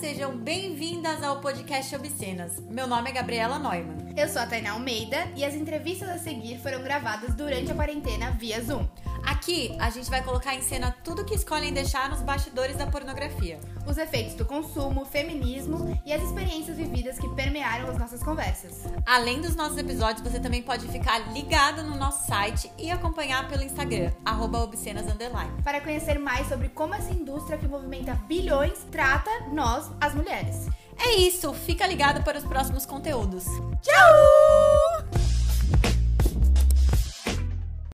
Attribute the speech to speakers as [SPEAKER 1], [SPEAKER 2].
[SPEAKER 1] sejam bem-vindas ao podcast Obscenas. Meu nome é Gabriela Neumann.
[SPEAKER 2] Eu sou a Tainá Almeida e as entrevistas a seguir foram gravadas durante a quarentena via Zoom.
[SPEAKER 1] Aqui a gente vai colocar em cena tudo que escolhem deixar nos bastidores da pornografia.
[SPEAKER 2] Os efeitos do consumo, feminismo e as experiências vividas que permearam as nossas conversas.
[SPEAKER 1] Além dos nossos episódios, você também pode ficar ligado no nosso site e acompanhar pelo Instagram, arroba obscenas underline.
[SPEAKER 2] Para conhecer mais sobre como essa indústria que movimenta bilhões trata nós, as mulheres.
[SPEAKER 1] É isso, fica ligado para os próximos conteúdos.
[SPEAKER 2] Tchau!